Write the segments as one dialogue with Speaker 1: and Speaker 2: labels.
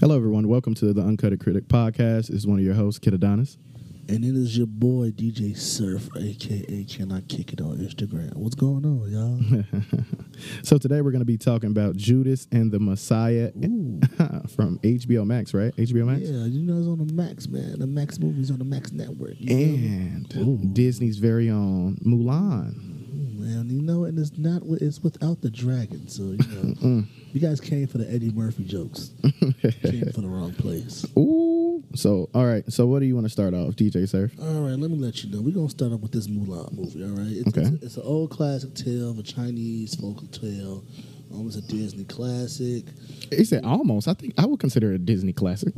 Speaker 1: Hello, everyone. Welcome to the Uncut Critic podcast. This is one of your hosts, Kid Adonis.
Speaker 2: And it is your boy DJ Surf, aka Can I Kick It on Instagram. What's going on, y'all?
Speaker 1: So today we're going to be talking about Judas and the Messiah
Speaker 2: Ooh.
Speaker 1: from HBO Max, right? HBO Max.
Speaker 2: yeah, you know it's on the Max, man. The Max movies on the Max network. You
Speaker 1: And
Speaker 2: Ooh.
Speaker 1: Disney's very own Mulan.
Speaker 2: know? Ooh, man, you know, and it's not wi- it's without the dragon. So you know, you guys came for the Eddie Murphy jokes. came for the wrong place.
Speaker 1: Ooh. So, all right. So, what do you want to start off, DJ Surf?
Speaker 2: All right, let me let you know. We're gonna start off with this Mulan movie. All right, it's,
Speaker 1: Okay.
Speaker 2: it's, it's an old classic tale of a Chinese folk tale. Almost a Disney classic.
Speaker 1: He said almost. I think I would consider it a Disney classic.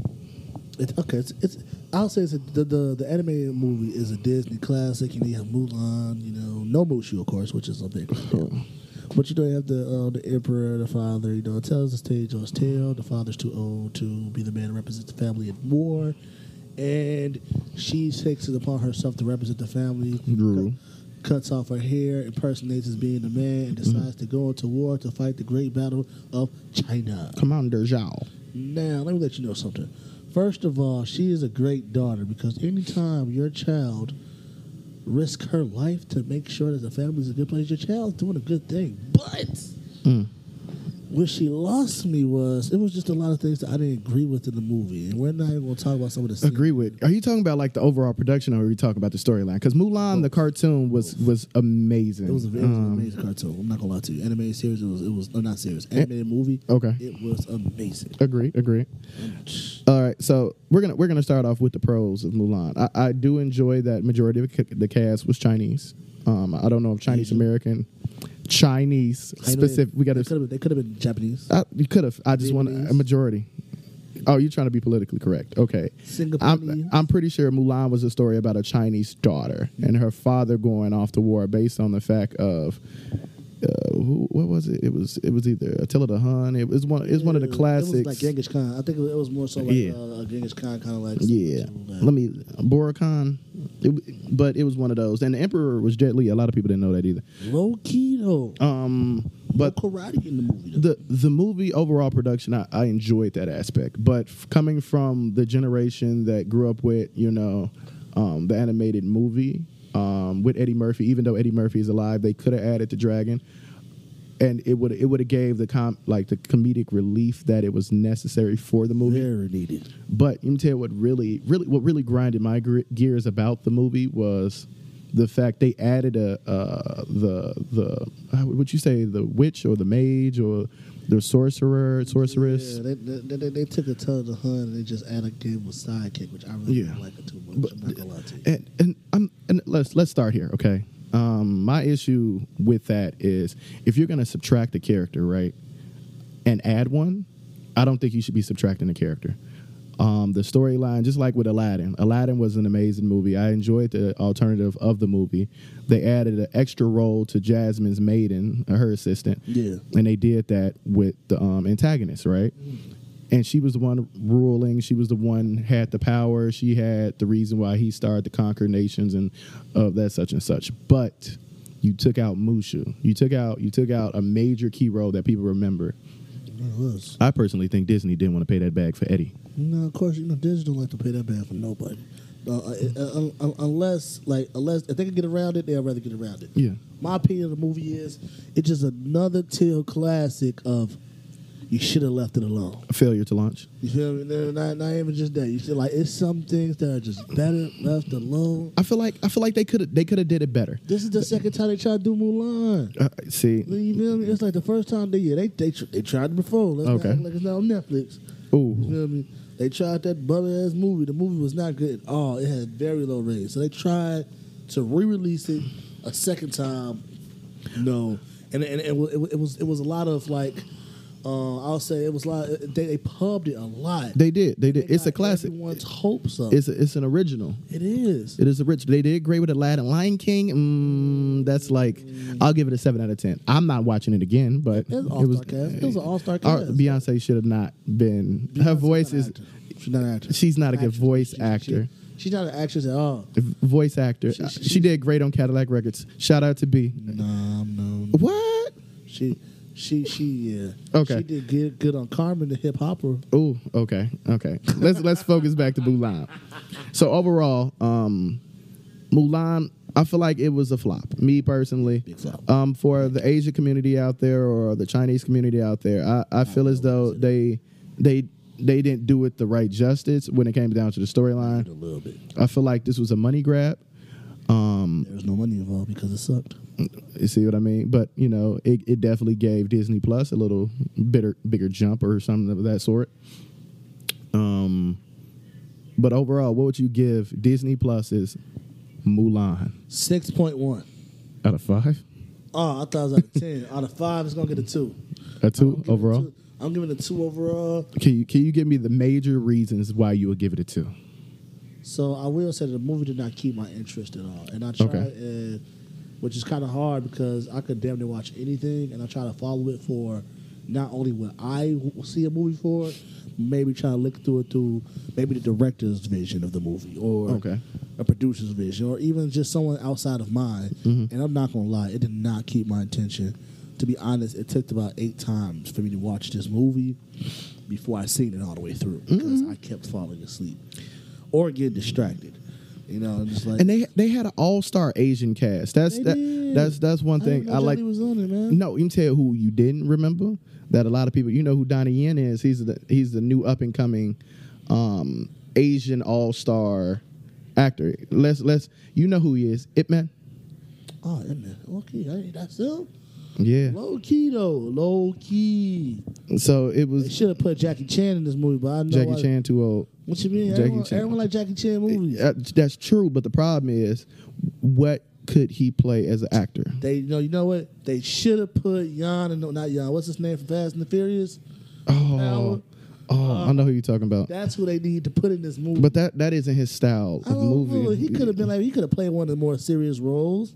Speaker 2: It's okay. It's, it's I'll say it's a, the, the the animated movie is a Disney classic. You know, you have Mulan. You know, no Mushu, of course, which is a big deal. But you know, you have the uh, the emperor, the father. You know, it tells the stage on his tale. The father's too old to be the man who represents the family at war, and she takes it upon herself to represent the family.
Speaker 1: Drew.
Speaker 2: Cuts off her hair, impersonates as being the man, and decides to go into war to fight the great battle of China.
Speaker 1: Commander Zhao.
Speaker 2: Now, let me let you know something. First of all, she is a great daughter because anytime your child risks her life to make sure that the family's in a good place, your child's doing a good thing. But
Speaker 1: Mm.
Speaker 2: where she lost me was it was just a lot of things that I didn't agree with in the movie. And we're not even going to talk about some of the scenes.
Speaker 1: Agree with. Are you talking about like the overall production, or are you talking about the storyline? Because Mulan, the cartoon, was was amazing. Um,
Speaker 2: It was, a, it was an amazing cartoon. I'm not gonna lie to you. Animated series, it was, it was oh, not series, animated movie.
Speaker 1: Eh. okay.
Speaker 2: it was amazing.
Speaker 1: Agree, agree. All right, so we're gonna we're gonna start off with the pros of Mulan. I, I do enjoy that majority of ca- the cast was Chinese. Um, I don't know if Chinese
Speaker 2: Mm-hmm.
Speaker 1: American, Chinese specific. We got
Speaker 2: They could
Speaker 1: to.
Speaker 2: have. They could have been Japanese.
Speaker 1: You could have. I just want a
Speaker 2: Vietnamese.
Speaker 1: majority. Oh, you're trying to be politically correct. Okay. I'm,
Speaker 2: Singaporean.
Speaker 1: I'm pretty sure Mulan was a story about a Chinese daughter and her father going off to war based on the fact of. Uh, who, what was it? It was it was either Attila the Hun. It was one. It was one of the
Speaker 2: Yeah,
Speaker 1: classics.
Speaker 2: It was like Genghis Khan. I think it was, it was more so like
Speaker 1: Yeah.
Speaker 2: uh, a Genghis Khan kind of like.
Speaker 1: Yeah, let me Boracon, it, w- but it was one of those, and the Emperor was Jet Li. A lot of people didn't know that either.
Speaker 2: Low key though.
Speaker 1: Um, but
Speaker 2: But karate in the movie. Though.
Speaker 1: the the movie overall production, I, I enjoyed that aspect. But f- coming from the generation that grew up with, you know, um, the animated movie um, with Eddie Murphy, even though Eddie Murphy is alive, they could have added the dragon, and it would it would have gave the com- like the comedic relief that it was necessary for the movie.
Speaker 2: Very needed.
Speaker 1: But let me tell you what really, really, what really grinded my gre- gears about the movie was the fact they added a uh, the the how would you say the witch or the mage or the sorcerer sorceress.
Speaker 2: Yeah, they, they, they, they took a ton of the hun and they just added him with sidekick, which I really
Speaker 1: Yeah.
Speaker 2: don't like it too much. I'm not gonna lie to you.
Speaker 1: And and I'm and let's let's start here, okay? Um, my issue with that is if you're gonna subtract a character, right, and add one, I don't think you should be subtracting a character. Um, the storyline, just like with Aladdin, Aladdin was an amazing movie. I enjoyed the alternative of the movie. They added an extra role to Jasmine's maiden, uh, her assistant.
Speaker 2: Yeah.
Speaker 1: and they did that with the um, antagonist, right? and she was the one ruling. She was the one had the power. She had the reason why he started to conquer nations and of that such and such. But you took out Mushu. You took out you took out a major key role that people remember.
Speaker 2: It was.
Speaker 1: I personally think Disney didn't want to pay that bag for Eddie.
Speaker 2: No, of course, you know, Disney don't like to pay that bad for nobody. Uh, uh, uh, uh, unless, like, unless if they can get around it, they'd rather get around it.
Speaker 1: Yeah.
Speaker 2: My opinion of the movie is it's just another Till classic of you should have left it alone.
Speaker 1: A failure to launch.
Speaker 2: You feel me? No, Not, not even just that. You feel like it's some things that are just better left alone.
Speaker 1: I feel like I feel like they could have they could have did it better.
Speaker 2: This is the second time they tried to do Mulan.
Speaker 1: Uh, see,
Speaker 2: You feel me? It's like the first time they yeah, they they, tr- they tried it before. Let's
Speaker 1: Okay.
Speaker 2: not act like it's not on Netflix. You
Speaker 1: ooh,
Speaker 2: feel me? They tried that butt ass movie. The movie was not good at all. It had very low ratings. So they tried to re-release it a second time. No, and and, and it, wa- it, wa- it was it was a lot of like. Uh, I'll say it was a lot. They, they pubbed it a lot.
Speaker 1: they did. They did.
Speaker 2: They
Speaker 1: It's a
Speaker 2: got
Speaker 1: classic.
Speaker 2: Everyone's hopes up.
Speaker 1: It's a, it's an original.
Speaker 2: It is.
Speaker 1: It is a rich. They did great with Aladdin, Lion King. Mm, that's like I'll give it a seven out of ten. I'm not watching it again, but
Speaker 2: It's an all-star cast. It was an all-star
Speaker 1: Our-
Speaker 2: cast.
Speaker 1: Beyonce should have not been. her
Speaker 2: Beyonce's
Speaker 1: voice
Speaker 2: not an
Speaker 1: is
Speaker 2: actor. She's not an actor.
Speaker 1: she's not a good
Speaker 2: Actress.
Speaker 1: voice
Speaker 2: She- she-
Speaker 1: actor.
Speaker 2: she's not an actress at all.
Speaker 1: voice actor.
Speaker 2: She- Mm.
Speaker 1: Uh, She,
Speaker 2: she-
Speaker 1: did great on Cadillac Records. Shout out to B.
Speaker 2: No, no.
Speaker 1: What?
Speaker 2: She She she yeah.
Speaker 1: Okay.
Speaker 2: She did good good on Carmen the hip hopper.
Speaker 1: Oh, okay, okay. Let's let's focus back to Mulan. So overall, um, Mulan, I feel like it was a flop. Me personally,
Speaker 2: Big flop.
Speaker 1: Um, for the Asian community out there or the Chinese community out there, I, I feel as though they they they didn't do it the right justice when it came down to the
Speaker 2: A
Speaker 1: storyline.
Speaker 2: little bit.
Speaker 1: I feel like this was a money grab. Um,
Speaker 2: There was no money involved because it sucked.
Speaker 1: you see what I mean? But you know, it, it definitely gave Disney Plus a little bitter, bigger jump or something of that sort. Um, but overall, what would you give Disney Plus's Mulan
Speaker 2: Six point one.
Speaker 1: out of five?
Speaker 2: Oh, I thought it was out of ten. out of five, it's gonna get a two.
Speaker 1: A
Speaker 2: I'm
Speaker 1: two
Speaker 2: giving it
Speaker 1: overall?
Speaker 2: two- I'm giving it a two overall.
Speaker 1: Can you can you give me the major reasons why you would give it a two?
Speaker 2: So I will say that the movie did not keep my interest at all, and I tried, and, which is kind of hard because I could damn near watch anything, and I try to follow it for not only what I w- see a movie for, maybe try to look through it through maybe the director's vision of the movie or
Speaker 1: Okay.
Speaker 2: a producer's vision or even just someone outside of mine.
Speaker 1: Mm-hmm.
Speaker 2: And I'm not gonna lie, it did not keep my attention. To be honest, it took about eight times for me to watch this movie before I seen it all the way through because
Speaker 1: Mm-hmm.
Speaker 2: I kept falling asleep or getting distracted. You know, and just like
Speaker 1: And they they had an all star Asian cast. That's
Speaker 2: They
Speaker 1: that,
Speaker 2: did.
Speaker 1: that's that's one
Speaker 2: I didn't
Speaker 1: thing
Speaker 2: know
Speaker 1: I, like.
Speaker 2: Johnny was on it, man.
Speaker 1: No, you can tell who you didn't remember. That a lot of people, you know who Donnie Yen is. He's the he's the new up and coming um, Asian all star actor. Let's let's you know who he is. Ip Man.
Speaker 2: Oh, that man. Okay, I, that's him.
Speaker 1: Yeah.
Speaker 2: Low key though, low key.
Speaker 1: So it
Speaker 2: They
Speaker 1: was
Speaker 2: should have put Jackie Chan in this movie, but I know
Speaker 1: Jackie
Speaker 2: I-
Speaker 1: Chan too old.
Speaker 2: What you mean?
Speaker 1: Jackie
Speaker 2: everyone,
Speaker 1: Chan.
Speaker 2: everyone like Jackie Chan movies.
Speaker 1: Uh, That's true, but the problem is, what could he play as an actor?
Speaker 2: They you know you know what they should have put Yon and no, not Yon. What's his name from Fast and the Furious?
Speaker 1: Oh, oh, I know who you're talking about.
Speaker 2: That's who they need to put in this movie.
Speaker 1: But that that isn't his style
Speaker 2: I
Speaker 1: of
Speaker 2: don't
Speaker 1: movie.
Speaker 2: know. He could have been like he could have played one of the more serious roles.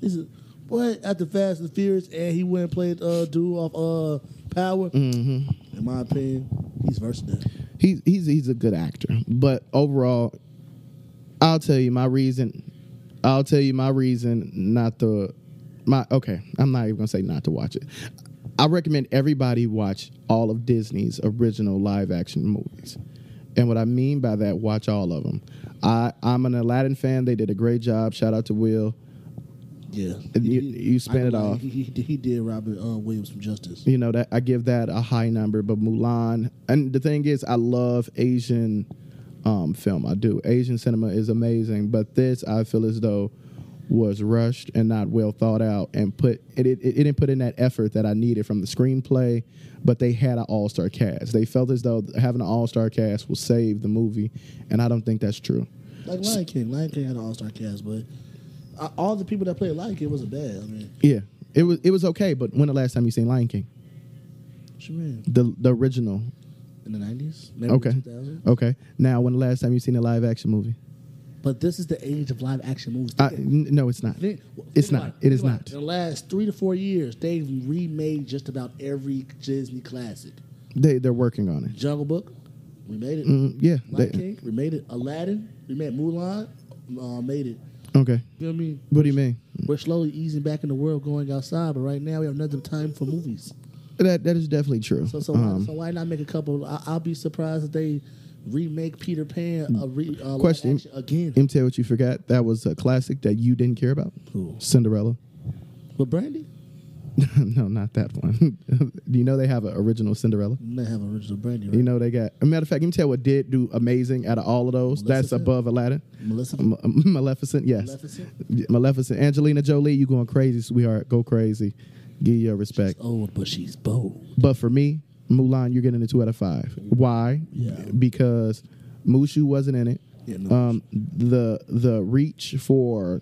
Speaker 2: He's a, boy after Fast and the Furious, and he went and played uh, dude off uh, Power. Mm-hmm. In my opinion, he's versatile.
Speaker 1: He's he's he's a good actor, but overall, I'll tell you my reason. I'll tell you my reason not to. My okay, I'm not even gonna say not to watch it. I recommend everybody watch all of Disney's original live action movies. And what I mean by that, watch all of them. I, I'm an Aladdin fan. They did a great job. Shout out to Will.
Speaker 2: Yeah,
Speaker 1: And you- you spin
Speaker 2: I know
Speaker 1: it off.
Speaker 2: He, he, he did Robert uh, Williams some justice.
Speaker 1: you know that I give that a high number. But Mulan, and the thing is, I love Asian um, film. I do. Asian cinema is amazing, but this I feel as though was rushed and not well thought out, and put it, it, it didn't put in that effort that I needed from the screenplay. But they had an all star cast. They felt as though having an all star cast will save the movie, and I don't think that's true.
Speaker 2: Like Lion King, Lion King had an all star cast, but uh, all the people that played Lion King wasn't bad. I mean,
Speaker 1: Yeah, it was it was okay. But when the last time you seen Lion King?
Speaker 2: what you mean?
Speaker 1: The the original.
Speaker 2: in the nineties, maybe
Speaker 1: Okay.
Speaker 2: two thousand.
Speaker 1: Okay. Now, when the last time you seen a live action movie?
Speaker 2: But this is the age of live action movies.
Speaker 1: I,
Speaker 2: Think-
Speaker 1: n- no, it's not.
Speaker 2: think-
Speaker 1: Uh, It's
Speaker 2: think
Speaker 1: not.
Speaker 2: about
Speaker 1: It is
Speaker 2: Think about
Speaker 1: not.
Speaker 2: In the last three to four years, they've remade just about every Disney classic.
Speaker 1: They they're working on it.
Speaker 2: Jungle Book, we made it.
Speaker 1: Mm, yeah.
Speaker 2: Lion
Speaker 1: they-
Speaker 2: King, we made it. Aladdin, we made Mulan, uh, made it.
Speaker 1: okay.
Speaker 2: You know what I mean?
Speaker 1: What do you mean?
Speaker 2: We're slowly easing back in the world, going outside, but right now we have nothing time for movies.
Speaker 1: That that is definitely true.
Speaker 2: So so, why,
Speaker 1: Um,
Speaker 2: so why not make a couple? I, I'll be surprised if they remake Peter Pan a re, uh, live
Speaker 1: Question.
Speaker 2: action again.
Speaker 1: MTA, what you forgot? That was a classic that you didn't care about.
Speaker 2: Who?
Speaker 1: Cinderella.
Speaker 2: But Brandy,
Speaker 1: no, not that one. do you know they have an original Cinderella?
Speaker 2: you may have original Brandy. Right?
Speaker 1: You know they got. A matter of fact, MTA what did do amazing out of all of those. That's
Speaker 2: Maleficent?
Speaker 1: above Aladdin.
Speaker 2: Melissa
Speaker 1: M- Maleficent, yes.
Speaker 2: Maleficent?
Speaker 1: Yeah, Maleficent. Angelina Jolie, you going crazy, sweetheart. Go crazy. Give your respect.
Speaker 2: old, oh, but she's bold.
Speaker 1: But for me, Mulan, you're getting a two out of five. Why?
Speaker 2: Yeah.
Speaker 1: Because Mushu wasn't in it.
Speaker 2: Yeah, no.
Speaker 1: Um, the the reach for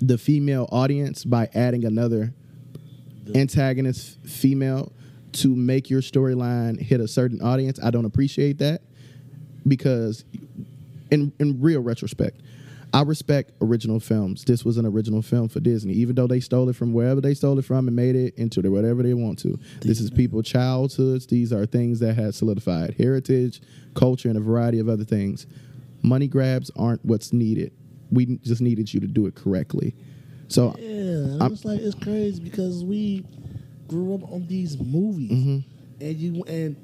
Speaker 1: the female audience by adding another antagonist female to make your storyline hit a certain audience, I don't appreciate that because in in real retrospect, I respect original films. This was an original film for Disney, even though they stole it from wherever they stole it from and made it into the, whatever they want to. This is people childhoods. These are things that had solidified heritage, culture, and a variety of other things. Money grabs aren't what's needed. We just needed you to do it correctly. So
Speaker 2: Yeah, and I'm, it's like it's crazy because we grew up on these movies, and you and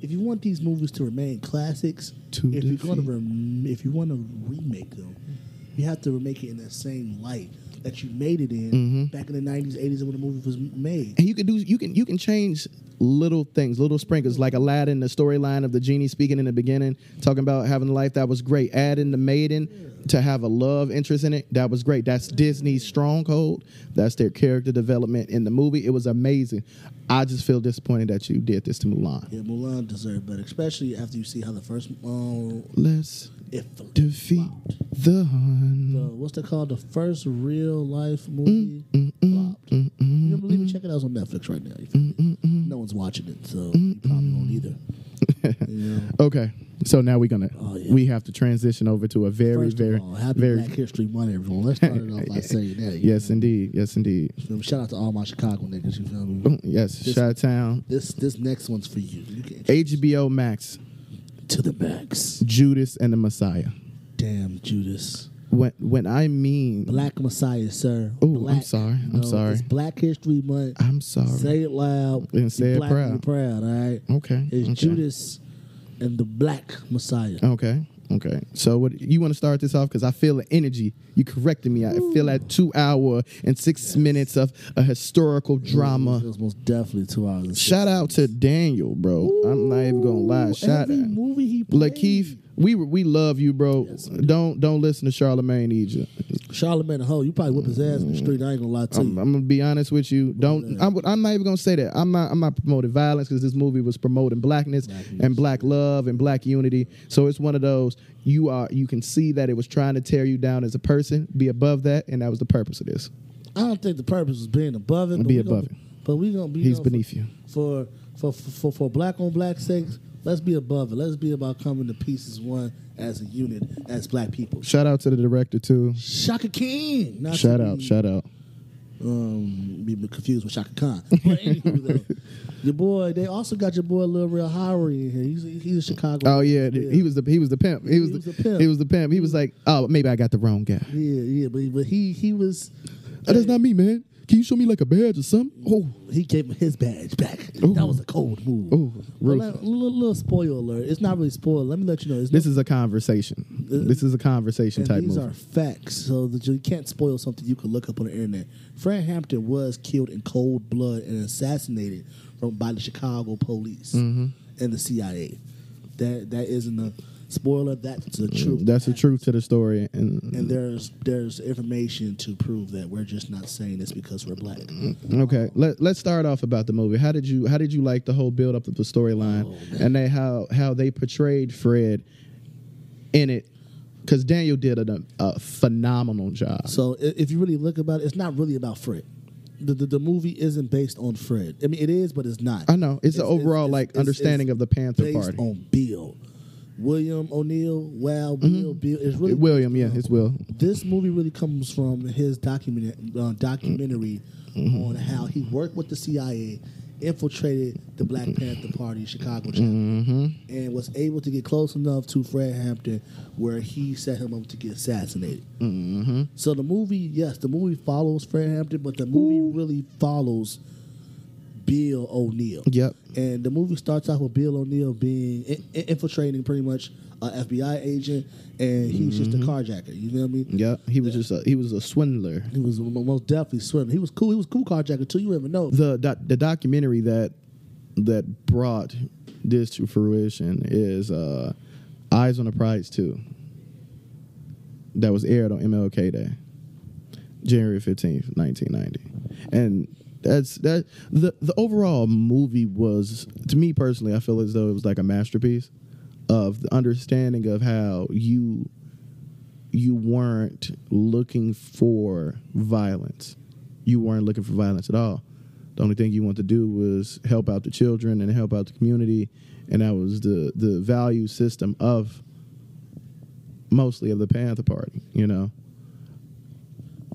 Speaker 2: if you want these movies to remain classics,
Speaker 1: To
Speaker 2: if you're going
Speaker 1: defeat.
Speaker 2: to rem- if you want to remake them, you have to remake it in that same light that you made it in back in the '90s, '80s, when the movie was made.
Speaker 1: and you can do you can you can change little things little sprinkles like aladdin the storyline of the genie speaking in the beginning talking about having a life that was great adding the maiden to have a love interest in it that was great that's disney's stronghold that's their character development in the movie it was amazing i just feel disappointed that you did this to mulan
Speaker 2: Yeah, Mulan deserved better, especially after you see how the first um,
Speaker 1: let's
Speaker 2: if
Speaker 1: defeat the hun
Speaker 2: the, what's that called? The first real
Speaker 1: Mm,
Speaker 2: life movie flopped. you don't believe me? Check it out on Netflix right now.
Speaker 1: Mm,
Speaker 2: You feel me? No one's watching it, so you probably won't either. You know?
Speaker 1: okay so now we're gonna
Speaker 2: Oh, yeah.
Speaker 1: we have to transition over to a very
Speaker 2: First
Speaker 1: very
Speaker 2: of all, happy
Speaker 1: very
Speaker 2: Black History Month, everyone. Let's start it off by saying that. you
Speaker 1: yes indeed yes indeed
Speaker 2: feel me? Shout out to all my Chicago niggas. You feel me?
Speaker 1: Mm, yes
Speaker 2: This-
Speaker 1: Chi town
Speaker 2: This this next one's for you. you can,
Speaker 1: HBO Max,
Speaker 2: to the max.
Speaker 1: Judas and the Messiah.
Speaker 2: Damn Judas,
Speaker 1: When when I mean,
Speaker 2: Black Messiah, sir.
Speaker 1: Ooh, I'm
Speaker 2: Black.
Speaker 1: sorry. I'm sorry.
Speaker 2: It's Black History Month.
Speaker 1: I'm sorry.
Speaker 2: Say it loud.
Speaker 1: And say
Speaker 2: Be
Speaker 1: it
Speaker 2: black
Speaker 1: proud.
Speaker 2: and be proud. All right.
Speaker 1: Okay.
Speaker 2: It's
Speaker 1: okay.
Speaker 2: Judas and the Black Messiah.
Speaker 1: Okay. Okay. So what you want to start this off because I feel the energy. You corrected me. I feel that two hour and six minutes of a historical drama.
Speaker 2: It was most definitely two hours. and
Speaker 1: Shout out to Daniel, bro. I'm not even gonna lie.
Speaker 2: six-
Speaker 1: Shout
Speaker 2: every
Speaker 1: out.
Speaker 2: movie he played.
Speaker 1: Lakeith, we we love you, bro. don't don't listen to Charlemagne either.
Speaker 2: Charlemagne the hoe. You probably whip his ass in the street. I ain't gonna lie to
Speaker 1: Mm. I'm,
Speaker 2: you.
Speaker 1: I'm gonna be honest with you. Don't. I'm, I'm not even gonna say that. I'm not. I'm not promoting violence because this movie was promoting blackness and black love and black unity. So it's one of those. You are. You can see that it was trying to tear you down as a person. Be above that, and that was the purpose of this.
Speaker 2: I don't think the purpose was being above it. but
Speaker 1: Be
Speaker 2: we gonna-
Speaker 1: above it.
Speaker 2: But we gonna be.
Speaker 1: He's
Speaker 2: on
Speaker 1: beneath you.
Speaker 2: For for, for for for black on black sakes. Let's be above it. Let's be about coming to peace as one, as a unit, as black people.
Speaker 1: Shout out to the director too.
Speaker 2: Shaka King. Not to
Speaker 1: Shout out.
Speaker 2: be-
Speaker 1: Shout out.
Speaker 2: um, be confused with Shaka Khan. But anywho, though, your boy, they also got your boy Lil Real Howery in here. He's, he's a Chicago.
Speaker 1: Oh yeah, th- he was the he was the pimp. He was,
Speaker 2: was
Speaker 1: the,
Speaker 2: the pimp.
Speaker 1: He was the pimp. He was like, oh, maybe I got the wrong guy.
Speaker 2: Yeah, yeah, but he, but he he was.
Speaker 1: Oh, that's not me, man. Can you show me like a badge or something? Oh,
Speaker 2: He gave him his badge back. That was a cold move.
Speaker 1: Ooh,
Speaker 2: But
Speaker 1: ruthless.
Speaker 2: let- little, little spoiler alert. It's not really spoiler. Let me let you know. It's
Speaker 1: this
Speaker 2: no-
Speaker 1: is a conversation. This is a conversation
Speaker 2: and
Speaker 1: type
Speaker 2: these
Speaker 1: movie.
Speaker 2: are facts, so that you can't spoil something you can look up on the internet. Fred Hampton was killed in cold blood and assassinated from by the Chicago police
Speaker 1: Mm-hmm.
Speaker 2: and the CIA. That that isn't a spoiler. That's the truth.
Speaker 1: That's the truth to the story, and
Speaker 2: and there's there's information to prove that we're just not saying this because we're black.
Speaker 1: Mm-hmm. okay, let let's start off about the movie. How did you how did you like the whole build up of the storyline
Speaker 2: Oh,
Speaker 1: and they how how they portrayed Fred in it? Because Daniel did a, a phenomenal job.
Speaker 2: So i- if you really look about it, it's not really about Fred. The, the, the movie isn't based on Fred. I mean, it is, but it's not.
Speaker 1: I know it's, an
Speaker 2: It's- it's-
Speaker 1: overall
Speaker 2: it's-
Speaker 1: like
Speaker 2: it's-
Speaker 1: understanding
Speaker 2: it's
Speaker 1: of the Panther
Speaker 2: based
Speaker 1: Party.
Speaker 2: on Bill, William O'Neill. Wow, Bill, Bill. It's really
Speaker 1: Mm-hmm. William, yeah, it's Will.
Speaker 2: this movie really comes from his document, uh, documentary
Speaker 1: Mm-hmm.
Speaker 2: on how he worked with the CIA, infiltrated the Black
Speaker 1: Mm-hmm.
Speaker 2: Panther Party Chicago chapter, and was able to get close enough to Fred Hampton where he set him up to get assassinated.
Speaker 1: Mm-hmm.
Speaker 2: So the movie, yes, the movie follows Fred Hampton, but the movie really follows Bill O'Neill.
Speaker 1: Yep.
Speaker 2: And the movie starts off with Bill O'Neill being in, in- infiltrating pretty much an FBI agent, and he's just a carjacker. You know what I mean?
Speaker 1: Yep, he was just a, he was a swindler.
Speaker 2: He was mo- most definitely swimming. He was cool. He was a cool carjacker too. You never know.
Speaker 1: the doc- the documentary that that brought this to fruition is uh, Eyes on the Prize Two. That was aired on MLK Day, January fifteenth, nineteen ninety, and that's that. the The overall movie was, to me personally, I feel as though it was like a masterpiece of the understanding of how you you weren't looking for violence. You weren't looking for violence at all. The only thing you wanted to do was help out the children and help out the community, and that was the the value system of mostly of the Panther Party. You know,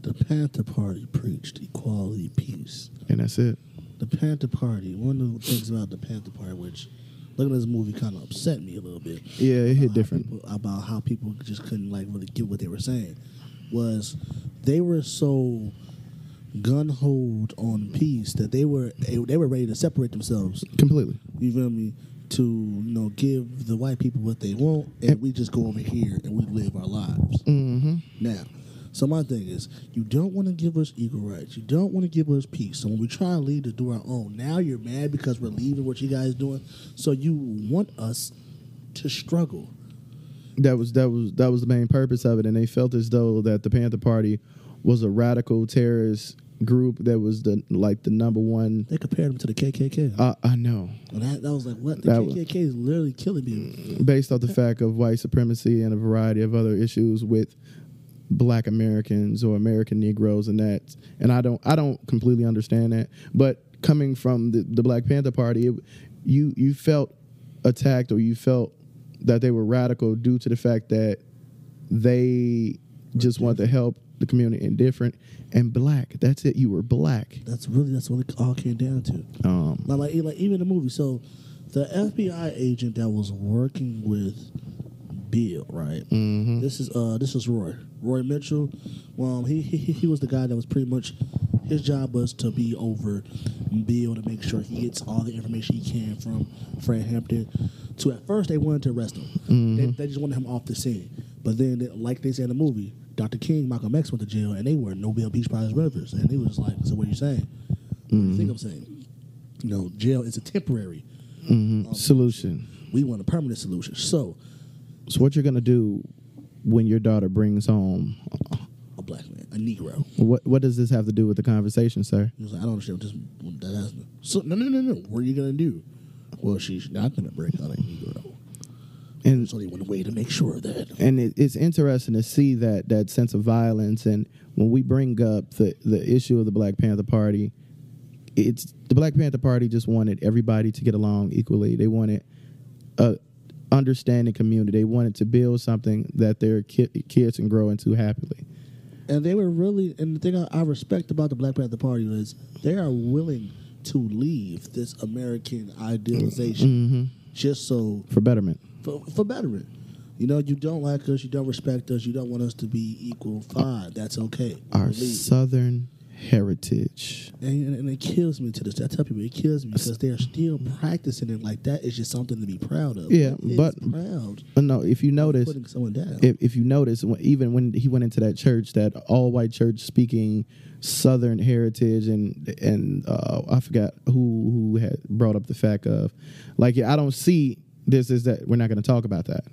Speaker 2: The Panther Party preached equality, peace.
Speaker 1: and that's it.
Speaker 2: The Panther Party. One of the things about the Panther Party, which looking at this movie kind of upset me a little bit.
Speaker 1: Yeah, it hit
Speaker 2: How
Speaker 1: different.
Speaker 2: people- about how people just couldn't like really get what they were saying was they were so gun hold on peace that they were they were ready to separate themselves.
Speaker 1: completely.
Speaker 2: You feel me? To you know, give the white people what they want, and we just go over here and we live our lives.
Speaker 1: Mm-hmm.
Speaker 2: Now, so my thing is, you don't want to give us equal rights. You don't want to give us peace. So when we try to leave to do our own, now you're mad because we're leaving what you guys doing. So you want us to struggle.
Speaker 1: That was that was that was the main purpose of it, and they felt as though that the Panther Party was a radical terrorist group that was the like the number one.
Speaker 2: They compared them to the KKK.
Speaker 1: Uh, I know,
Speaker 2: and that, that was like, what? The
Speaker 1: That was-
Speaker 2: KKK is literally killing me.
Speaker 1: based off the fact of white supremacy and a variety of other issues with black Americans or American Negroes and that. And I don't I don't completely understand that. But coming from the, the Black Panther Party, it, you you felt attacked or you felt that they were radical due to the fact that they just want to help the community and different and black. That's it. You were black.
Speaker 2: That's really that's what it all came down to.
Speaker 1: Um,
Speaker 2: Like, like, like even the movie. So, the FBI agent that was working with Bill, right? Mm-hmm. This is uh, this is Roy, Roy Mitchell. Well, he, he he was the guy that was pretty much his job was to be over Bill to make sure he gets all the information he can from Fred Hampton. So at first they wanted to arrest him. They, they just wanted him off the scene. But then, they- like they say in the movie, Dr. King, Malcolm X went to jail, and they were Nobel Peace Prize winners. And they was like, "So what are you saying? What do you think I'm saying?" you know, jail is a temporary.
Speaker 1: solution.
Speaker 2: We want a permanent solution. So,
Speaker 1: So what you're gonna do when your daughter brings home
Speaker 2: a black man, a Negro.
Speaker 1: what what does this have to do with the conversation, sir?
Speaker 2: He was like, I don't understand what this. That has so no, no, no, no. What are you gonna do? Well, she's not gonna break out a Negro.
Speaker 1: And
Speaker 2: There's only one way to make sure of that.
Speaker 1: and it, it's interesting to see that that sense of violence. And when we bring up the the issue of the Black Panther Party, it's the Black Panther Party just wanted everybody to get along equally. They wanted a understanding community. They wanted to build something that their ki- kids can grow into happily.
Speaker 2: And they were really, and the thing I, I respect about the Black Panther Party is they are willing to leave this American idealization just so
Speaker 1: For betterment,
Speaker 2: for, for betterment. You know, you don't like us, you don't respect us, you don't want us to be equal. Fine, that's okay.
Speaker 1: our
Speaker 2: Leave.
Speaker 1: Southern heritage.
Speaker 2: And, and- and it kills me to this. I tell people it kills me because they are still practicing it like that. It's just something to be proud of.
Speaker 1: Yeah,
Speaker 2: It's
Speaker 1: but-
Speaker 2: proud
Speaker 1: But no, if you notice,
Speaker 2: putting someone down.
Speaker 1: if, if you notice, when- even when he went into that church, that all white church speaking Southern heritage, and and uh, I forgot who who had brought up the fact of, like, yeah, I don't see this is that we're not going to talk about that.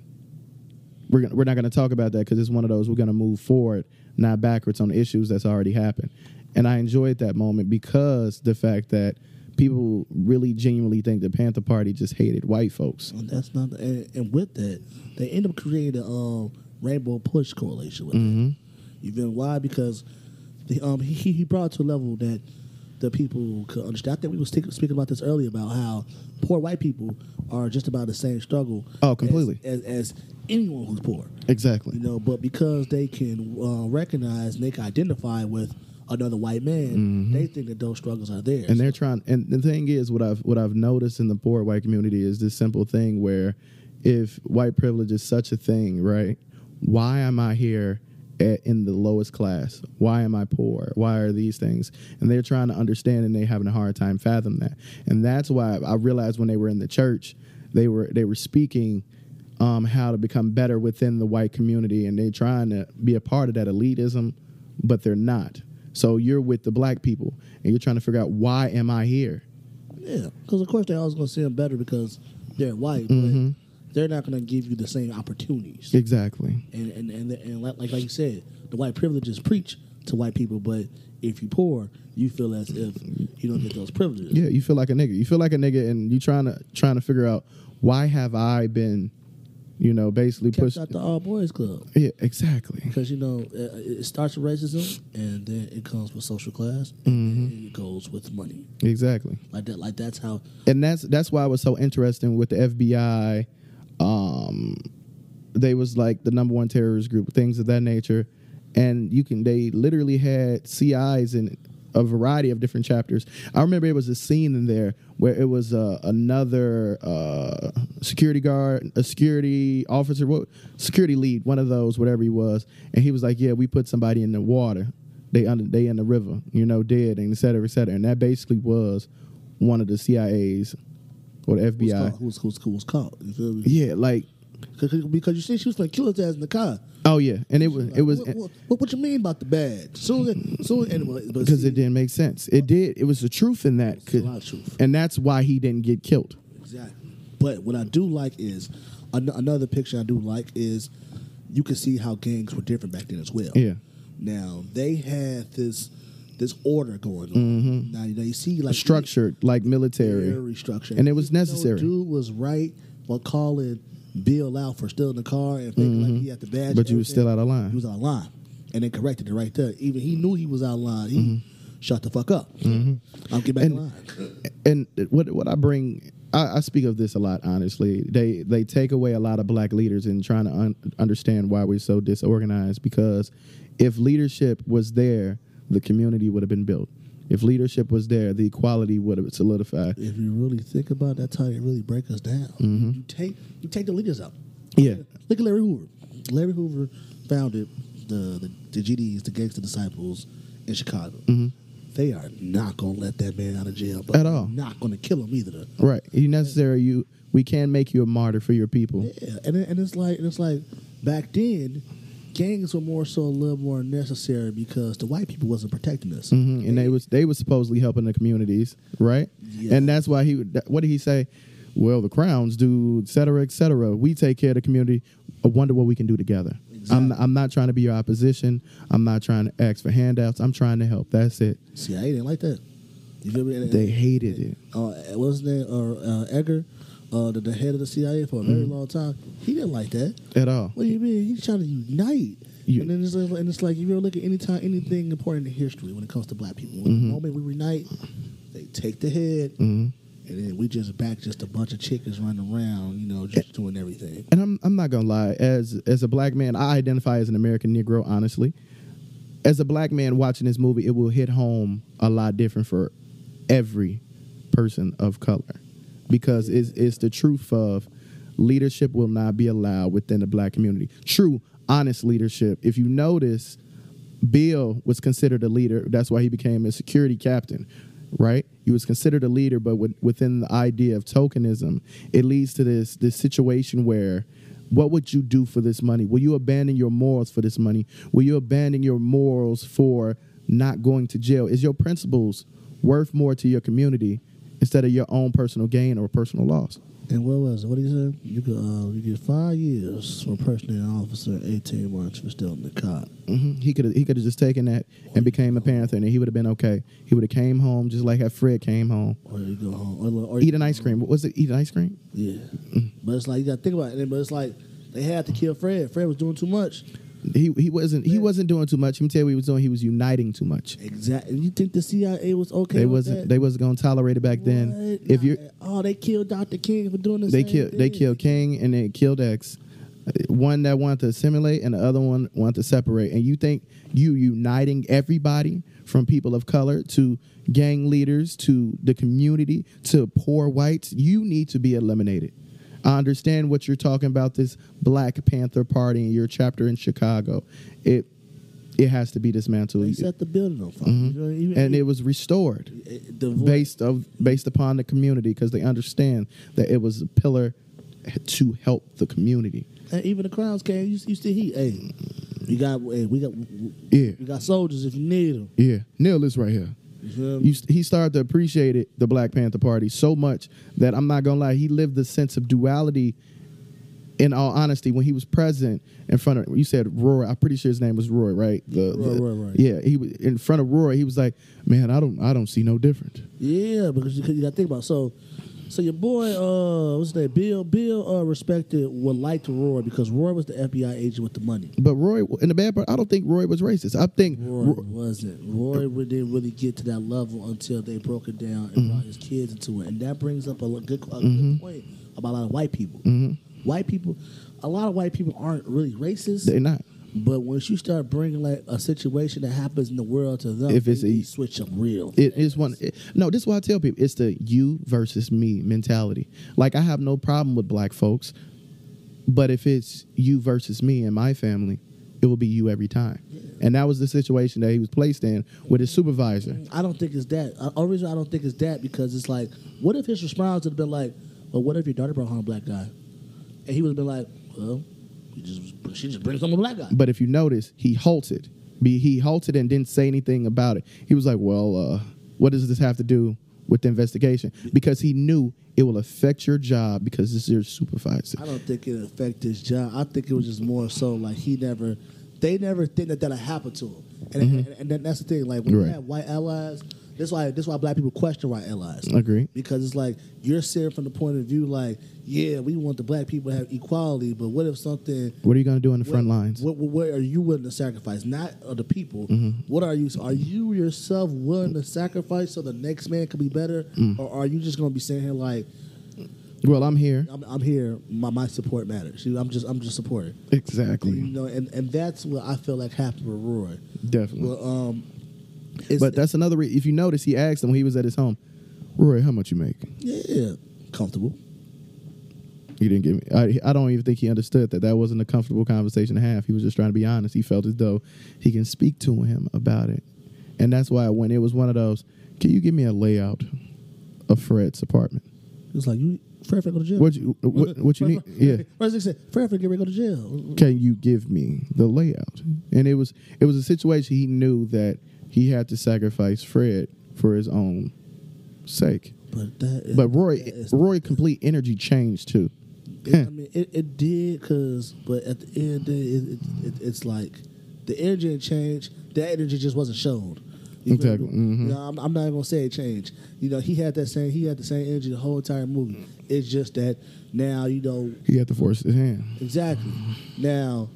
Speaker 1: We're gonna, we're not going to talk about that because it's one of those we're going to move forward, not backwards on issues that's already happened. And I enjoyed that moment because the fact that people really genuinely think the Panther Party just hated white folks.
Speaker 2: And that's not. And, and with that, they end up creating a um, rainbow push correlation with
Speaker 1: Mm-hmm.
Speaker 2: it. You feel why? Because the um he he brought it to a level that the people could understand. I think we were speak- speaking about this earlier about how poor white people are just about the same struggle.
Speaker 1: Oh,
Speaker 2: as-
Speaker 1: completely.
Speaker 2: As, as anyone who's poor.
Speaker 1: Exactly.
Speaker 2: you know. But because they can uh, recognize and they can identify with another white man, they think that those struggles are theirs.
Speaker 1: Mm-hmm. and they're trying and the thing is what i've what i've noticed in the poor white community is this simple thing where if white privilege is such a thing right why am i here at, in the lowest class why am i poor why are these things and they're trying to understand and they having a hard time fathom that and that's why i realized when they were in the church they were they were speaking um, how to become better within the white community and they're trying to be a part of that elitism but they're not so you're with the black people and you're trying to figure out why am i here
Speaker 2: yeah, because of course they always going to see them better because they're white,
Speaker 1: Mm-hmm.
Speaker 2: but they're not going to give you the same opportunities.
Speaker 1: exactly
Speaker 2: And and and, and like, like like you said, the white privileges preach to white people, but if you poor, you feel as if you don't get those privileges.
Speaker 1: yeah you feel like a nigga you feel like a nigga and you trying to trying to figure out why have i been you know basically
Speaker 2: Kept
Speaker 1: pushed
Speaker 2: out the all boys club.
Speaker 1: yeah exactly
Speaker 2: Because you know, it, it starts with racism, and then it comes with social class,
Speaker 1: Mm-hmm.
Speaker 2: and it goes with money.
Speaker 1: exactly
Speaker 2: Like that, like that's how
Speaker 1: and that's that's why it was so interesting with the FBI. Um, they was like the number one terrorist group, things of that nature, and you can they literally had CIs in a variety of different chapters. I remember it was a scene in there where it was uh, another uh, security guard, a security officer, what security lead, one of those, whatever he was, and he was like, "Yeah, we put somebody in the water." They under they in the river, you know, dead and et cetera, et cetera. And that basically was one of the CIA's or the
Speaker 2: Who's
Speaker 1: FBI.
Speaker 2: caught? Who's, who's, who's caught? You feel me?
Speaker 1: Yeah, like
Speaker 2: Because- Because you see, she was like kill his ass in the car.
Speaker 1: oh yeah, and it was
Speaker 2: Like,
Speaker 1: it was
Speaker 2: What, what, what, what you mean about the badge? Soon, soon, anyway. but
Speaker 1: because
Speaker 2: see,
Speaker 1: it didn't make sense. It did. It was the truth in that,
Speaker 2: It's a lot of truth.
Speaker 1: and that's why he didn't get killed.
Speaker 2: Exactly. But what I do like is an- another picture I do like is you can see how gangs were different back then as well.
Speaker 1: Yeah.
Speaker 2: Now they had this this order going on.
Speaker 1: Mm-hmm.
Speaker 2: Now you know you see like
Speaker 1: Structured like military.
Speaker 2: very structured,
Speaker 1: And it was
Speaker 2: Even though
Speaker 1: necessary.
Speaker 2: Dude was right while calling Bill out for stealing the car and thinking like he had the badge.
Speaker 1: Mm-hmm. But you was
Speaker 2: everything.
Speaker 1: still out of line.
Speaker 2: He was out of line, and they corrected it right there. Even he knew he was out of line. He shut the fuck up. I'll get back in
Speaker 1: Mm-hmm. And-
Speaker 2: line.
Speaker 1: and what what I bring, I, I speak of this a lot. Honestly, they they take away a lot of black leaders in trying to un- understand why we're so disorganized. Because if leadership was there, the community would have been built. If leadership was there, the equality would have solidified.
Speaker 2: if you really think about it, that's how they really break us down.
Speaker 1: Mm-hmm.
Speaker 2: You take you take the leaders out.
Speaker 1: Yeah.
Speaker 2: Look at Larry Hoover. Larry Hoover founded the the, the GDs, the Gangster Disciples in Chicago. They are not gonna let that man out of jail but
Speaker 1: Mm-hmm. At all.
Speaker 2: Not gonna kill him either.
Speaker 1: Right. You necessary. You we can make you a martyr for your people.
Speaker 2: Yeah, and it- and it's like and it's like back then, gangs were more so a little more necessary because the white people wasn't protecting us.
Speaker 1: hmm And they was they was supposedly helping the communities, right?
Speaker 2: Yeah.
Speaker 1: And that's why he. would- that- What did he say? Well, the crowns do, et cetera, et cetera. We take care of the community. I wonder what we can do together. I'm,
Speaker 2: Exactly.
Speaker 1: I'm not trying to be your opposition. I'm not trying to ask for handouts. I'm trying to help. That's it.
Speaker 2: See, I didn't like that. You feel me? And-
Speaker 1: They hated it.
Speaker 2: uh, what was his name? Uh, uh, Edgar, uh, the, the head of the CIA for a very
Speaker 1: Mm-hmm.
Speaker 2: long time. He didn't like that.
Speaker 1: At all.
Speaker 2: What do you mean? He's trying to unite.
Speaker 1: You-
Speaker 2: and then it's, like- and it's like you ever look at any time anything important in history when it comes to black people.
Speaker 1: Mm-hmm.
Speaker 2: The moment we unite, they take the head, and then we just back just a bunch of chickens running around, you know, just doing everything.
Speaker 1: And I'm I'm not gonna lie. As as a black man, I identify as an American Negro. Honestly, as a black man watching this movie, it will hit home a lot different for every person of color because it's it's the truth of leadership will not be allowed within the black community. True, honest leadership. If you notice, Bill was considered a leader. That's why he became a security captain, right? He was considered a leader, but with, within the idea of tokenism, it leads to this this situation where what would you do for this money? Will you abandon your morals for this money? Will you abandon your morals for not going to jail? Is your principles worth more to your community instead of your own personal gain or personal loss?
Speaker 2: And what was it? What do you say? You could uh, you get five years for impersonating an officer, and eighteen months for stealing the cop.
Speaker 1: hmm He could he could have just taken that and became a panther, and he would have been okay. He would have came home just like how Fred came home.
Speaker 2: Or you go home. Or, or
Speaker 1: Eat an ice cream. What was it? Eat an ice cream?
Speaker 2: Yeah. But it's like you gotta think about it. But it's like they had to kill Fred. Fred was doing too much.
Speaker 1: He he wasn't he
Speaker 2: Yeah.
Speaker 1: wasn't doing too much. Let me tell you what he was doing. He was uniting too much.
Speaker 2: Exactly. You think the CIA was okay?
Speaker 1: they
Speaker 2: with
Speaker 1: wasn't
Speaker 2: that?
Speaker 1: they wasn't gonna tolerate it back then.
Speaker 2: What?
Speaker 1: If
Speaker 2: Nah,
Speaker 1: you
Speaker 2: oh, they killed Dr. King for doing this.
Speaker 1: they killed they killed King and they killed X. One that wanted to assimilate and the other one wanted to separate. And you think you uniting everybody from people of color to gang leaders to the community to poor whites, you need to be eliminated. I understand what you're talking about this Black Panther Party and your chapter in Chicago. It it has to be dismantled.
Speaker 2: They set the building on fire. You know, even,
Speaker 1: Mm-hmm. and it was restored
Speaker 2: it- the voice-
Speaker 1: based of based upon the community because they understand that it was a pillar to help the community.
Speaker 2: and even the crowds came. You, you see, he hey, you got hey, we got
Speaker 1: Yeah.
Speaker 2: we got soldiers if you need them.
Speaker 1: Yeah, Neil is right here.
Speaker 2: You feel me?
Speaker 1: You, he started to appreciate it, the Black Panther Party so much that I'm not gonna lie, he lived the sense of duality. In all honesty, when he was present in front of you said Roy, I'm pretty sure his name was Roy, right? The,
Speaker 2: Roy,
Speaker 1: the-
Speaker 2: Roy, Roy.
Speaker 1: Yeah, he was in front of Roy. He was like, "Man, I don't, I don't see no difference."
Speaker 2: Yeah, because you, 'cause you got to think about it. so. So your boy, uh, what's his name? Bill. Bill uh, respected, would like to Roy because Roy was the FBI agent with the money.
Speaker 1: But Roy, in the bad part, I don't think Roy was racist. I think
Speaker 2: Roy
Speaker 1: Roy-
Speaker 2: wasn't. Roy re- didn't really get to that level until they broke it down
Speaker 1: Mm-hmm.
Speaker 2: and brought his kids into it. And that brings up a lo- good, a good point about a lot of white people.
Speaker 1: Mm-hmm.
Speaker 2: White people, a lot of white people aren't really racist,
Speaker 1: they're not.
Speaker 2: but once you start bringing like a situation that happens in the world to them,
Speaker 1: If it's
Speaker 2: they,
Speaker 1: a-
Speaker 2: they switch up real.
Speaker 1: It is one. it- no, this is why I tell people it's the you versus me mentality. Like I have no problem with black folks, but if it's you versus me and my family, it will be you every time. and that was the situation that he was placed in with his supervisor.
Speaker 2: I don't think it's that. The only reason I don't think it's that because it's like, what if his response would have been like, well, what if your daughter brought home a black guy? And he would have been like, well, you just, she just brings home a black guy.
Speaker 1: But if you notice, he halted. Be he halted and didn't say anything about it. He was like, "Well, uh, what does this have to do with the investigation?" Because he knew it will affect your job because this is your supervisor.
Speaker 2: I don't think it affected his job. I think it was just more so like he never, they never think that that'll happen to him. And, and, and then that's the thing, like when
Speaker 1: Mm-hmm. Right.
Speaker 2: you have white allies, that's why that's why black people question white allies.
Speaker 1: Agree.
Speaker 2: Because it's like you're seeing from the point of view, like yeah, we want the black people to have equality, but what if something
Speaker 1: What are you going to do on the front
Speaker 2: what-
Speaker 1: lines?
Speaker 2: What, what, are you willing to sacrifice? Not uh, the people. What are you? Are you yourself willing to sacrifice so the next man can be better, or are you just going to be sitting here like
Speaker 1: Well, I'm here.
Speaker 2: I'm, I'm here? My, my support matters. You- I'm just I'm just supporting. You
Speaker 1: Exactly.
Speaker 2: know, and, and that's what I feel like happened with Roy.
Speaker 1: Definitely.
Speaker 2: Well, um, it's,
Speaker 1: but that's another. Re- if you notice, he asked him when he was at his home, Roy, how much you make?
Speaker 2: yeah, comfortable.
Speaker 1: He didn't give me. I, I don't even think he understood that that wasn't a comfortable conversation to have. He was just trying to be honest. He felt as though he can speak to him about it, and that's why when it was one of those, can you give me a layout of Fred's apartment?
Speaker 2: It was like you, Fred, Fred go to jail.
Speaker 1: What you what, what you need? Yeah.
Speaker 2: First they said, Fred, Fred, get ready to go to jail.
Speaker 1: Can you give me the layout? And it was it was a situation he knew that he had to sacrifice Fred for his own sake.
Speaker 2: But that is,
Speaker 1: But Roy
Speaker 2: that is-
Speaker 1: Roy complete energy changed too.
Speaker 2: It, I mean, it, it did because, but at the end, of the day, it, it, it, it's like the energy had changed. That energy just wasn't shown. You feel
Speaker 1: Exactly.
Speaker 2: me?
Speaker 1: Mhm.
Speaker 2: You know, I'm, I'm not even gonna say it changed. You know, he had that same he had the same energy the whole entire movie. It's just that now you know
Speaker 1: He had to force his hand.
Speaker 2: exactly. Now,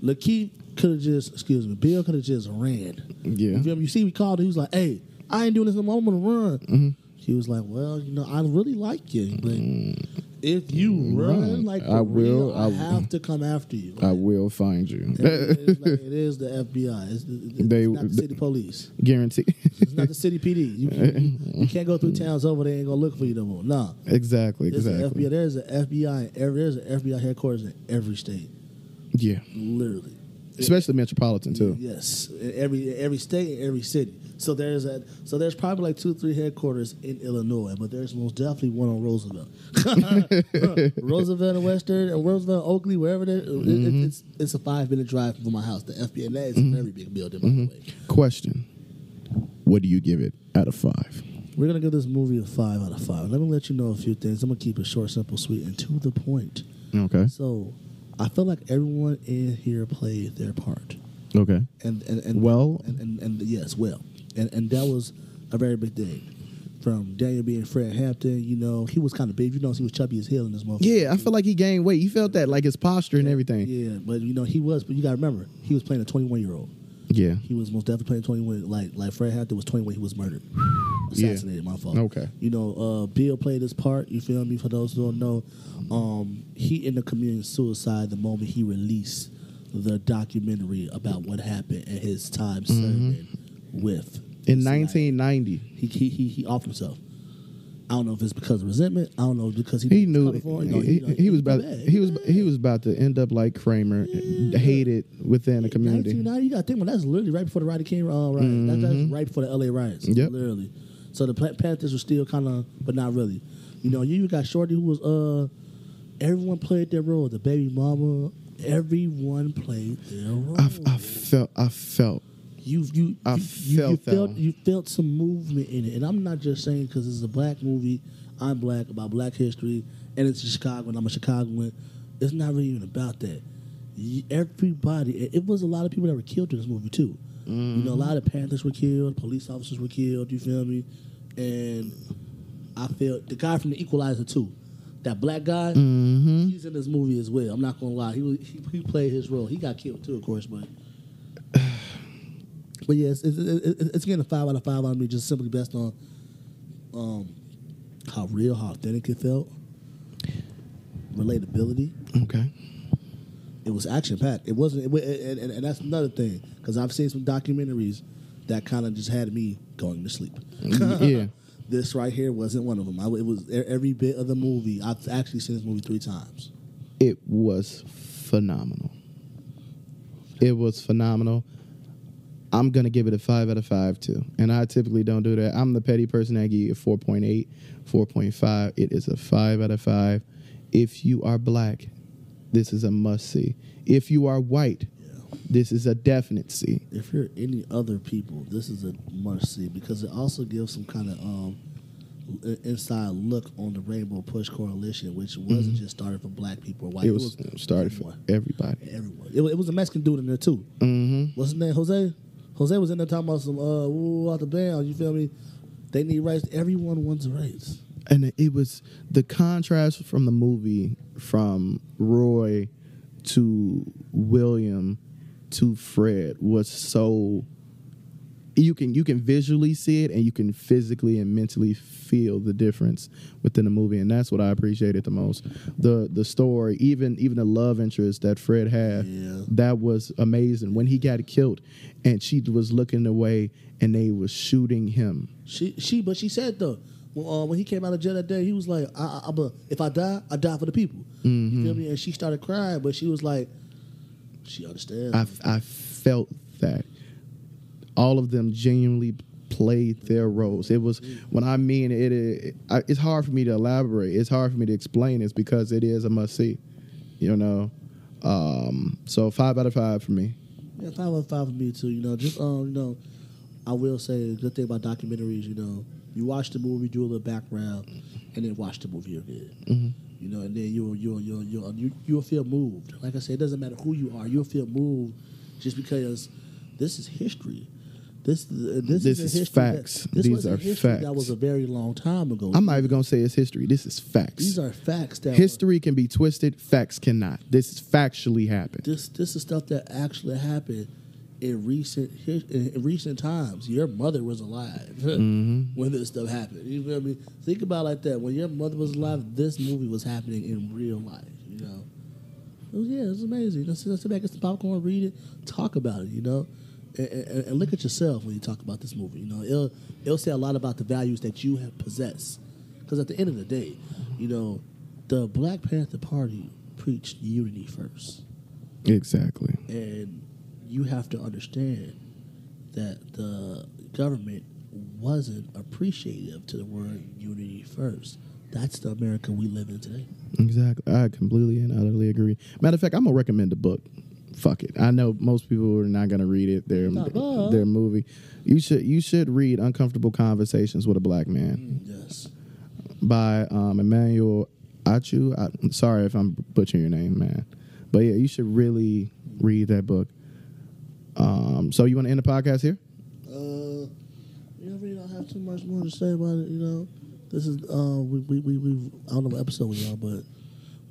Speaker 2: Lakeith could have just excuse me, Bill could have just ran.
Speaker 1: Yeah.
Speaker 2: You, feel me? You see, we called. He was like, "Hey, I ain't doing this no more. I'm gonna run."
Speaker 1: Mm-hmm.
Speaker 2: He was like, "Well, you know, I really like you, but if you run,
Speaker 1: Run.
Speaker 2: like
Speaker 1: Mm-hmm. I
Speaker 2: for
Speaker 1: will.
Speaker 2: real, I,
Speaker 1: I-
Speaker 2: have to come after you."
Speaker 1: I will find you.
Speaker 2: it, is like- it is the FBI. It's, it's
Speaker 1: They-
Speaker 2: not the city police.
Speaker 1: Guarantee.
Speaker 2: It's not the city PD. You, you, you can't go through towns over. They ain't gonna look for you no more. Nah,
Speaker 1: exactly.
Speaker 2: it's
Speaker 1: Exactly.
Speaker 2: the FBI. There's an FBI. In every, there's an FBI headquarters in every state.
Speaker 1: Yeah.
Speaker 2: Literally.
Speaker 1: Especially metropolitan too.
Speaker 2: Yes, in every every state, in every city. So there's a so there's probably like two, three headquarters in Illinois, but there's most definitely one on Roosevelt, Roosevelt and Western, and Roosevelt, Oakley, wherever. There, it, it, it's it's a five minute drive from my house. The FBI and that is a very big building, by the way.
Speaker 1: Question. What do you give it out of five?
Speaker 2: We're gonna give this movie a five out of five. Let me let you know a few things. I'm gonna keep it short, simple, sweet, and to the point.
Speaker 1: Okay.
Speaker 2: So, I feel like everyone in here played their part.
Speaker 1: Okay.
Speaker 2: and and, and
Speaker 1: Well-
Speaker 2: and, and, and yes, well, and and that was a very big thing. From Daniel being Fred Hampton, you know, he was kind of big. You know, he was chubby as hell in this motherfucker.
Speaker 1: Yeah, I feel like he gained weight. You felt that, like his posture and everything.
Speaker 2: yeah, but you know, he was. But you got to remember, he was playing a 21 year old.
Speaker 1: Yeah.
Speaker 2: He was most definitely playing 21. Like like Fred Hampton was 20 when he was murdered,
Speaker 1: Yeah.
Speaker 2: assassinated. My fault.
Speaker 1: Okay.
Speaker 2: You know, uh, Bill played his part. You feel me? For those who don't know, um, he ended up committing suicide the moment he released the documentary about what happened and his time serving with.
Speaker 1: Mm-hmm. In
Speaker 2: the CIA.
Speaker 1: 1990,
Speaker 2: he he he, he offed himself. I don't know if it's because of resentment. I don't know if it's because he,
Speaker 1: he knew
Speaker 2: California,
Speaker 1: he,
Speaker 2: you know,
Speaker 1: he- he was about
Speaker 2: bad.
Speaker 1: he was he was about to end up like Kramer, hated within the community.
Speaker 2: 1990, you got to think, well, that's literally right before the Rodney King uh, riots. That, that's right before the LA riots.
Speaker 1: Mm-hmm. Yep.
Speaker 2: Literally. So the Pla- Panthers were still kind of, but not really. You know, you got Shorty who was, uh, everyone played their role. The baby mama, everyone played their role.
Speaker 1: I, I felt I felt
Speaker 2: you, you,
Speaker 1: I
Speaker 2: you, you, you
Speaker 1: felt that
Speaker 2: felt,
Speaker 1: one.
Speaker 2: you felt some movement in it. And I'm not just saying because it's a black movie, I'm black, about black history, and it's Chicago, and I'm a Chicagoan. It's not really even about that. You- Everybody, it- it was a lot of people that were killed in this movie, too. You know, a
Speaker 1: Mm-hmm.
Speaker 2: lot of Panthers were killed, police officers were killed, you feel me? And I felt the guy from The Equalizer, too. That black guy, he's in this movie as well. I'm not gonna lie, he, was, he he played his role. He got killed too, of course, but but yes, it's, it's, it's- it's getting a five out of five on me just simply based on um, how real, how authentic it felt, relatability.
Speaker 1: okay.
Speaker 2: It was action packed. It wasn't, it, wa- and, and, and that's another thing because I've seen some documentaries that kind of just had me going to sleep.
Speaker 1: yeah.
Speaker 2: this right here wasn't one of them. I, it was e- every bit of the movie. I've actually seen this movie three times.
Speaker 1: It was phenomenal. It was phenomenal. I'm gonna give it a five out of five too. And I typically don't do that. I'm the petty person that give you a 4.8, 4.5. It is a five out of five. If you are black, this is a must see. If you are white, this is a definite see.
Speaker 2: if you're any other people, this is a must see because it also gives some kind of um, i- inside look on the Rainbow Push Coalition, which wasn't just started for Black people or white.
Speaker 1: Mm-hmm. It was started for
Speaker 2: everyone.
Speaker 1: everybody.
Speaker 2: everyone. It, wa- it was a Mexican dude in there too.
Speaker 1: Mm-hmm.
Speaker 2: What's his name? Jose. Jose was in there talking about some uh, woo, out the band. You feel me? They need rights. Everyone wants rights.
Speaker 1: And it was the contrast from the movie from Roy to William to Fred was so you can you can visually see it and you can physically and mentally feel the difference within the movie and that's what I appreciated the most. The the story, even even the love interest that Fred had,
Speaker 2: Yeah.
Speaker 1: that was amazing. When he got killed and she was looking away and they was shooting him.
Speaker 2: She she but she said though when, uh, when he came out of jail that day he was like I, I, I'm a, if I die I die for the people you feel me and she started crying but she was like she understands
Speaker 1: I, I felt that all of them genuinely played their roles. It was when I mean it, it, I, it's hard for me to elaborate. It's hard for me to explain. It's because it is a must see, you know. Um, so five out of five for me.
Speaker 2: yeah five out of five for me too you know just um you know I will say the good thing about documentaries you know you watch the movie do a little background and then watch the movie again
Speaker 1: Mm-hmm.
Speaker 2: you know and then you'll you'll you'll you'll you- you'll feel moved like I said it doesn't matter who you are you'll feel moved just because this is history. This, uh, this,
Speaker 1: This
Speaker 2: is, a
Speaker 1: is
Speaker 2: history that-
Speaker 1: facts.
Speaker 2: this
Speaker 1: These
Speaker 2: was a
Speaker 1: are
Speaker 2: history That
Speaker 1: facts.
Speaker 2: was a very long time ago.
Speaker 1: I'm not even gonna say it's history. This is facts.
Speaker 2: These are facts that
Speaker 1: History can be twisted. Facts cannot. This is factually happened.
Speaker 2: were- this this is stuff that actually happened in recent his, in in recent times. Your mother was alive when this stuff happened. You feel me? Think about it like that. When your mother was alive, this movie was happening in real life. You know. It was, yeah, it was amazing. Let's, let's sit back, get some popcorn, read it, talk about it. You know. And, and, and look at yourself when you talk about this movie. You know, it'll it'll say a lot about the values that you have possessed. Because at the end of the day, you know, the Black Panther Party preached unity first.
Speaker 1: Exactly.
Speaker 2: And you have to understand that the government wasn't appreciative to the word unity first. That's the America we live in today.
Speaker 1: Exactly. I completely and utterly agree. Matter of fact, I'm gonna recommend the book. Fuck it. I know most people are not gonna read it. Their
Speaker 2: Uh-huh.
Speaker 1: their movie. You should you should read Uncomfortable Conversations with a Black Man
Speaker 2: Yes.
Speaker 1: by um, Emmanuel Achu. I, am sorry if I'm butchering your name, man. But yeah, you should really read that book. Um, so you want to end the podcast here?
Speaker 2: Uh, you know, we don't have too much more to say about it. You know, this is uh, we we we we I don't know what episode we are, but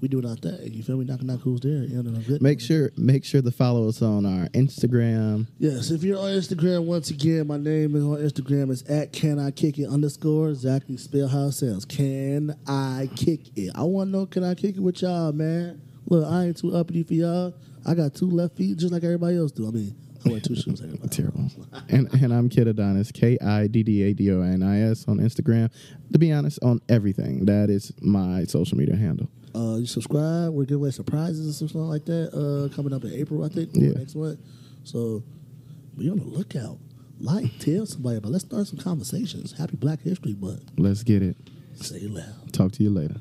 Speaker 2: we doing our thing. You feel me? Knock knock, who's there? You know, good
Speaker 1: Make sure make sure to follow us on our Instagram.
Speaker 2: Yes, if you're on Instagram, once again, my name is on Instagram is at can I kick it underscore Zachary spell how it sounds. Can I kick it? I want to know can I kick it with y'all, man? Look, I ain't too uppity for y'all. I got two left feet just like everybody else do. I mean, I wear two shoes. like everybody else.
Speaker 1: Terrible. And and I'm Kid Adonis, K I D D A D O N I S on Instagram. To be honest, on everything. That is my social media handle.
Speaker 2: Uh, you subscribe. We're giving away surprises and something like that uh, coming up in April, I think, or
Speaker 1: Yeah.
Speaker 2: next month. So be on the lookout. Like, tell somebody, but let's start some conversations. Happy Black History Month.
Speaker 1: Let's get it.
Speaker 2: Say it loud.
Speaker 1: Talk to you later.